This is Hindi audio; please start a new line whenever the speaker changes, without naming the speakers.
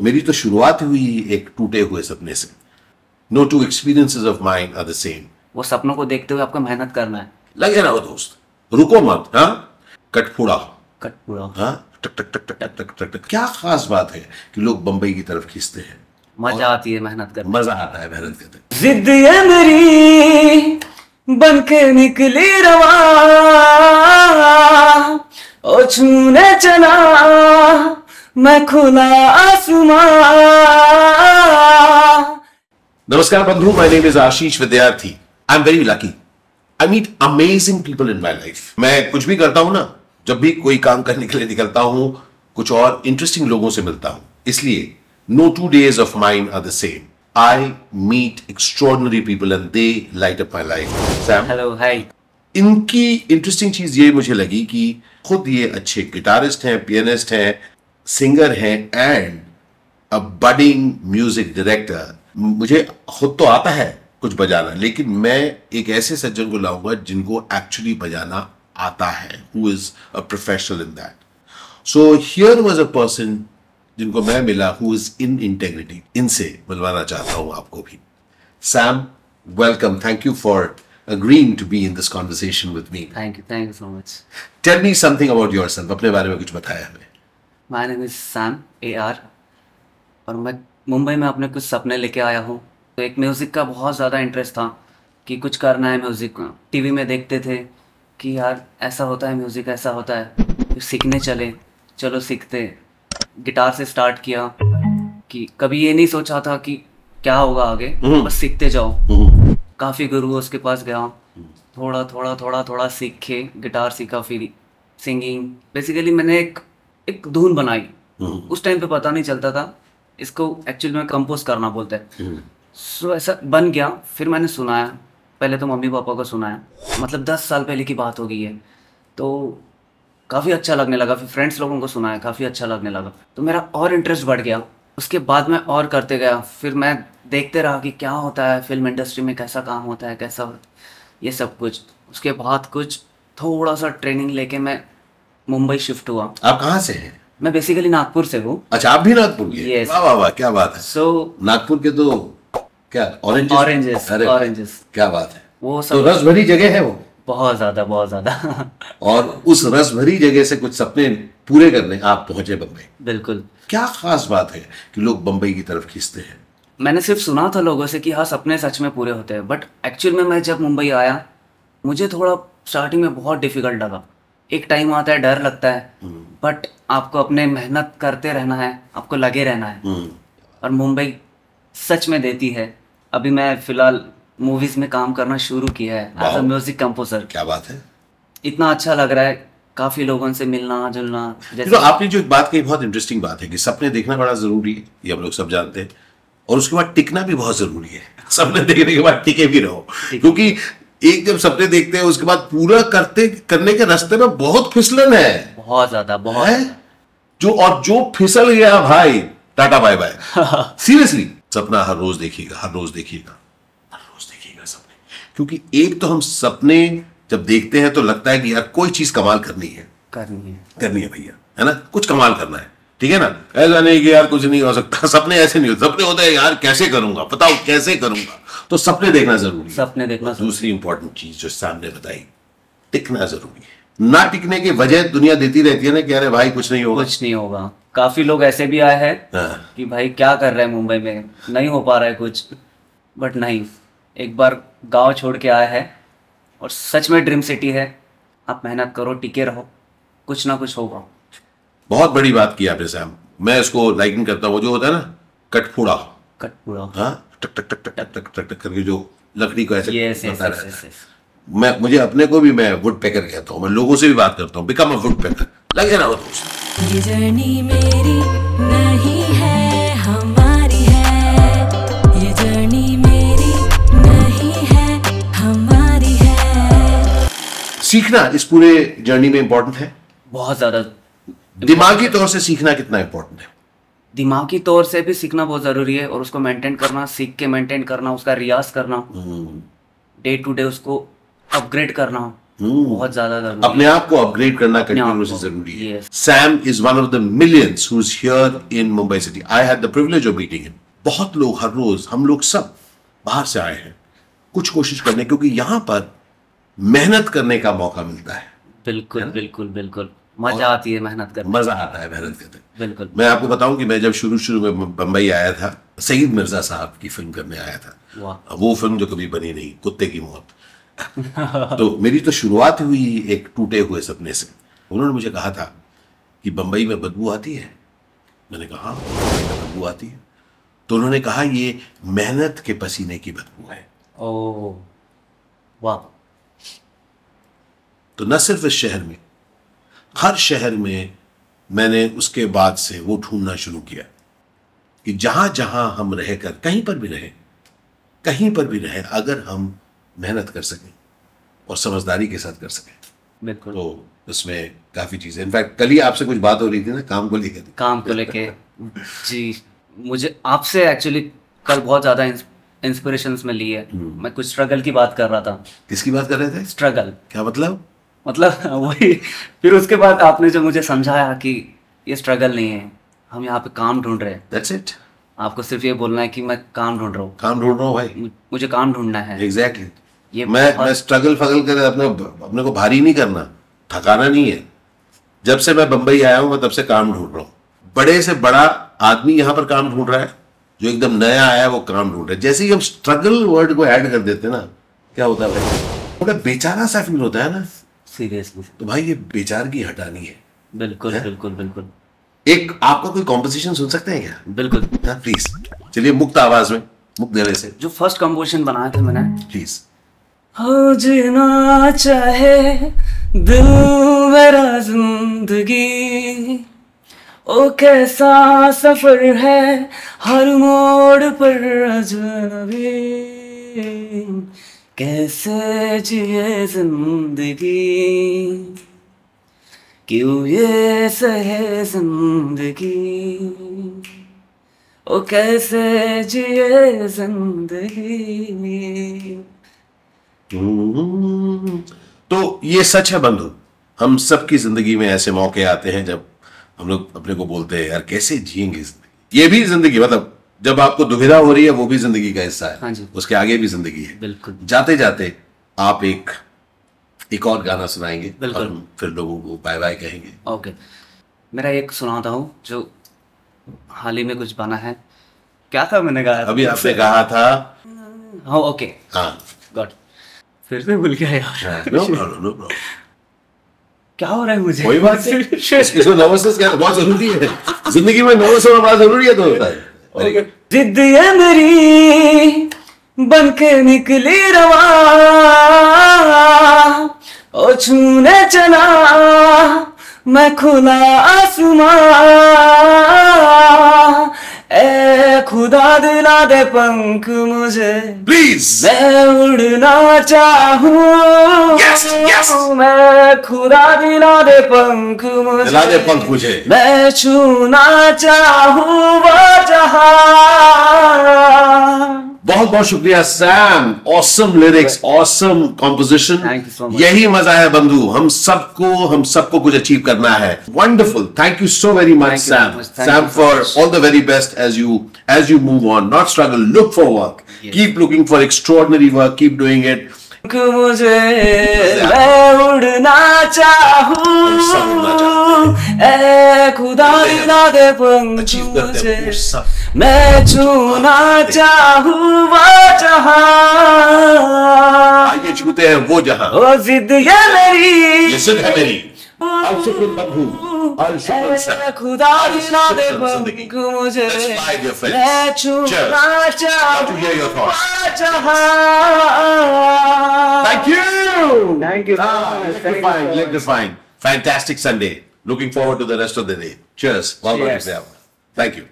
मेरी तो शुरुआत हुई एक टूटे हुए सपने से no two experiences of mind are the same
वो सपनों को देखते हुए आपको मेहनत करना है
लग जाना हो दोस्त रुको मत हाँ कटफोड़ा हो
कट पूरा
हाँ टक टक टक टक टक टक टक टक क्या खास बात है कि लोग बंबई की तरफ खींचते हैं
मजा आती है मेहनत करना
मजा आता है मेहनत करते
जिद ये मेरी बन के निकली रवा ओ छूने चला मैं खुला आसमां
नमस्कार बंधु my name is Ashish Vidyarthi I am very lucky I meet amazing people in my life मैं कुछ भी करता हूं ना जब भी कोई काम करने के लिए निकलता हूं कुछ और इंटरेस्टिंग लोगों से मिलता हूं इसलिए no two days of mind are the same I meet extraordinary people and they light up my life Sam
hello hi
इनकी इंटरेस्टिंग चीज ये मुझे लगी कि खुद ये अच्छे गिटारिस्ट हैं पियानिस्ट हैं सिंगर हैं and uh budding music director मुझे खुद तो आता है कुछ बजाना लेकिन मैं एक ऐसे सज्जन को लाऊंगा जिनको एक्चुअली बजाना आता है who is a professional in that so here was a person जिनको मैं मिला हु इज इन इंटेग्रिटी इनसे मिलवाना चाहता हूं आपको भी Sam, welcome. Thank you for agreeing to be in this conversation with me.
Thank you thank you so much
Tell me something about yourself. अपने बारे में कुछ बताया हमें
my name is Sam A R और मैं मुंबई में अपने कुछ सपने लेके आया हूँ तो एक म्यूज़िक का बहुत ज़्यादा इंटरेस्ट था कि कुछ करना है म्यूज़िक का टीवी में देखते थे कि यार ऐसा होता है म्यूज़िक ऐसा होता है फिर सीखने चले चलो सीखते गिटार से स्टार्ट किया कि कभी ये नहीं सोचा था कि क्या होगा आगे बस सीखते जाओ काफ़ी गुरुओं के पास गया थोड़ा थोड़ा थोड़ा थोड़ा सीखे गिटार सीखा फिर सिंगिंग बेसिकली मैंने एक एक धुन बनाई उस टाइम पे पता नहीं चलता था इसको एक्चुअली में कंपोज करना बोलते हैं सो ऐसा बन गया फिर मैंने सुनाया पहले तो मम्मी पापा को सुनाया मतलब दस साल पहले की बात हो गई है तो काफ़ी अच्छा लगने लगा फिर फ्रेंड्स लोगों को सुनाया काफ़ी अच्छा लगने लगा तो मेरा और इंटरेस्ट बढ़ गया उसके बाद मैं और करते गया फिर मैं देखते रहा कि क्या होता है फिल्म इंडस्ट्री में कैसा काम होता है कैसा ये सब कुछ उसके बाद कुछ थोड़ा सा ट्रेनिंग लेके मैं मुंबई शिफ्ट हुआ
आप कहाँ से हैं
मैं बेसिकली नागपुर से हूँ
अच्छा आप भी नागपुर के
Yes.
वाह वाह वाह क्या बात है
सो
नागपुर के तो क्या ऑरेंजेस
Oranges,
अरे वाह,
oranges.
क्या बात है
वो सब
तो रस भरी जगह है वो
बहुत ज़्यादा बहुत ज़्यादा
और उस रस भरी जगह से कुछ सपने पूरे करने आप पहुंचे बम्बई
बिल्कुल
क्या खास बात है कि लोग बम्बई की तरफ खींचते हैं
मैंने सिर्फ सुना था लोगों से कि हाँ सपने सच में पूरे होते हैं बट एक्चुअल में मैं जब मुंबई आया मुझे थोड़ा स्टार्टिंग में बहुत डिफिकल्ट लगा एक टाइम आता है डर लगता है बट आपको अपने मेहनत करते रहना है आपको लगे रहना है
हम्म,
और मुंबई सच में देती है अभी मैं फिलहाल मूवीज में काम करना शुरू किया है एज अ म्यूजिक कंपोजर
क्या बात है
इतना अच्छा लग रहा है काफी लोगों से मिलना जुलना
You
जैसे
know, तो आपने जो एक बात कही बहुत इंटरेस्टिंग बात है कि सपने देखना बड़ा जरूरी है ये हम लोग सब जानते हैं और उसके बाद टिकना भी बहुत जरूरी है सपने देखने के बाद टिके भी रहो क्योंकि एक जब सपने देखते हैं उसके बाद पूरा करते करने के रास्ते में बहुत फिसलन है,
बहुत ज्यादा बहुत
है? जो और जो फिसल गया भाई टाटा बाय बाय सीरियसली सपना हर रोज देखिएगा हर रोज देखिएगा हर रोज देखिएगा सपने क्योंकि एक तो हम सपने जब देखते हैं तो लगता है कि यार कोई चीज कमाल करनी है
करनी है
करनी है भैया है ना कुछ कमाल करना है ठीक है ना ऐसा नहीं कि यार कुछ नहीं हो सकता सपने ऐसे नहीं होते सपने होते हैं यार कैसे करूंगा बताओ कैसे करूंगा तो सपने देखना जरूरी है
सपने देखना
दूसरी इंपॉर्टेंट चीज जो सामने बताई टिकना जरूरी है ना टिकने की वजह दुनिया देती रहती है ना कि अरे भाई कुछ नहीं होगा
कुछ नहीं होगा काफी लोग ऐसे भी आए हैं
हाँ,
कि भाई क्या कर रहे हैं मुंबई में नहीं हो पा रहा है कुछ बट नहीं एक बार गांव छोड़ के आया है और सच में ड्रीम सिटी है आप मेहनत करो टिके रहो कुछ ना कुछ होगा
बहुत बड़ी बात की आपने सैम मैं इसको लाइकिंग करता हूँ वो जो होता है ना कटफोड़ा
कट पूरा
हाँ टक टक टक टक टक टक टक टक करके जो लकड़ी को ऐसे
यस
करता रहता है।
यस यस
मैं मुझे अपने को भी मैं वुड पैकर कहता हूँ मैं लोगों से भी बात करता हूँ बिकम अ वुड पैकर लग जाना वो दोस्त
ये जर्नी मेरी नहीं है हमारी है ये जर्नी मेरी नहीं है हमारी है
सीखना इस पूरे जर्नी में इंपॉर्टेंट है
बहुत ज्यादा
दिमागी तौर से सीखना कितना इंपॉर्टेंट है
दिमागी तौर से भी सीखना बहुत जरूरी है और उसको मेंटेन करना सीख के मेंटेन करना उसका रियाज करना डे टू डे उसको अपग्रेड करना बहुत ज्यादा जरूरी है
अपने आप को अपग्रेड करना कंटिन्यूसली
Hmm. को,
जरूरी है
yes.
Sam is one of the millions who is here in Mumbai city I had the privilege of meeting him बहुत लोग हर रोज हम लोग सब बाहर से आए हैं कुछ कोशिश करने क्योंकि यहाँ पर मेहनत करने का मौका मिलता है
बिल्कुल बिल्कुल बिल्कुल मजा आती है मेहनत करने
मजा आता है मेहनत करते
में, बिल्कुल
मैं आपको बताऊं कि मैं जब शुरू शुरू में बम्बई आया था सईद मिर्जा साहब की फिल्म करने आया था
वाह।
वो फिल्म जो कभी बनी नहीं कुत्ते की मौत तो मेरी तो शुरुआत ही हुई एक टूटे हुए सपने से उन्होंने मुझे कहा था कि बम्बई में बदबू आती है मैंने कहा "हाँ, बम्बई में बदबू आती है तो उन्होंने कहा ये मेहनत के पसीने की बदबू है
ओ वाह
तो न सिर्फ इस शहर में हर शहर में मैंने उसके बाद से वो ढूंढना शुरू किया कि जहां जहां हम रहकर कहीं पर भी रहे कहीं पर भी रहे अगर हम मेहनत कर सकें और समझदारी के साथ कर सकें
बिल्कुल
तो उसमें काफी चीजें इनफैक्ट कल ही आपसे कुछ बात हो रही थी ना काम को लेकर
काम को लेके जी मुझे आपसे एक्चुअली कल बहुत ज्यादा इंस्पिरेशंस मिली है मैं कुछ स्ट्रगल की बात कर रहा था
किसकी बात कर रहे थे
स्ट्रगल
क्या मतलब
मतलब वही फिर उसके बाद आपने जो मुझे समझाया कि ये स्ट्रगल नहीं है हम यहाँ पे काम ढूंढ रहे हैं
दैट्स इट
आपको सिर्फ ये बोलना है कि मैं काम ढूंढ रहा हूँ
काम ढूंढ रहा हूँ भाई
मु- मुझे काम ढूंढना है
एग्जैक्टली
ये
मैं मैं स्ट्रगल फगल कर अपने अपने को भारी नहीं करना थकाना नहीं है जब से मैं बंबई आया हूं मैं तब से काम ढूंढ रहा हूँ बड़े से बड़ा आदमी यहाँ पर काम ढूंढ रहा है जो एकदम नया आया है वो काम ढूंढ रहा है जैसे ही हम स्ट्रगल वर्ड को ऐड कर देते हैं ना क्या होता है भाई बड़ा बेचारा सा फील होता है ना
सीरियसली
तो भाई ये बेचारगी हटानी है
बिल्कुल बिल्कुल बिल्कुल
एक आपका कोई कॉम्पोजिशन सुन सकते हैं क्या
बिल्कुल
हाँ प्लीज चलिए मुक्त आवाज में मुक्त गले से
जो फर्स्ट कंपोजिशन बनाया था मैंने
प्लीज
हो जीना चाहे दिल मेरा जिंदगी ओ कैसा सफर है हर मोड़ पर अजनबी कैसे जिए जिंदगी क्यों ये सहे जिंदगी ओ कैसे जिए जिंदगी
तो ये सच है बंधु हम सबकी जिंदगी में ऐसे मौके आते हैं जब हम लोग अपने को बोलते हैं यार कैसे जिएंगे जिंदगी ये भी जिंदगी मतलब जब आपको दुविधा हो रही है वो भी जिंदगी का हिस्सा है
हाँ जी।
उसके आगे भी जिंदगी है
बिल्कुल
जाते जाते आप एक एक और गाना सुनाएंगे
बिल्कुल।
और हम फिर लोगों को बाय बाय कहेंगे
ओके मेरा एक सुनाता हूँ जो हाल ही में कुछ बना है क्या था मैंने गाया
अभी आपने कहा था
हाँ ओके
हाँ
गॉट फिर से भूल गया यार
no problem, no problem.
क्या हो रहा है मुझे
कोई बात नहीं इसको नर्वसनेस क्या बहुत जरूरी है जिंदगी में नर्वस होना बड़ा जरूरी है तो होता है Very good.
जिद ये मेरी बन के निकली रवा ओ छूने चला मैं खुला आसमां ए खुदा दिला दे पंख मुझे
Please.
मैं उड़ना चाहूं
Yes, yes.
मैं खुदा दिला दे पंख मुझे
दिला दे पंख मुझे।
मैं छूना चाहूं वो जहां
बहुत बहुत शुक्रिया Sam awesome lyrics awesome composition
Thank you so much.
यही मजा है बंधु हम सबको हम सबको कुछ अचीव करना है wonderful thank you so very much
Thank you so
Sam
much. Thank
Sam
you so
for
much.
All the very best as you as you move on not struggle look for work keep looking for extraordinary work keep doing it
कि मुझे मैं उड़ना
उड़ना
चाहूँ ए खुदा दिला दे पंख
अचीव करते हैं
मुझे
वो सब।
मैं छूना चाहूँ वो जहां
आइए छूते हैं वो जहां
ओ जिद ये
ये
मेरी
सिद्ध है मेरी अलशुक्र बंधु अलशुक्र सैम
ए खुदा दिला दे
जिंदगी।
पंख मुझे
That's my dear friends.
मैं छूना
Cheers. Love to
चाहूँ
hear your thoughts.
वो जहां
Thank you.
Thank you so
Ah,
much. Thank you
electrifying,
so much.
electrifying. Fantastic Sunday. Looking forward to the rest of the day. Cheers. Well done,
Cheers.
Isabel. Thank you.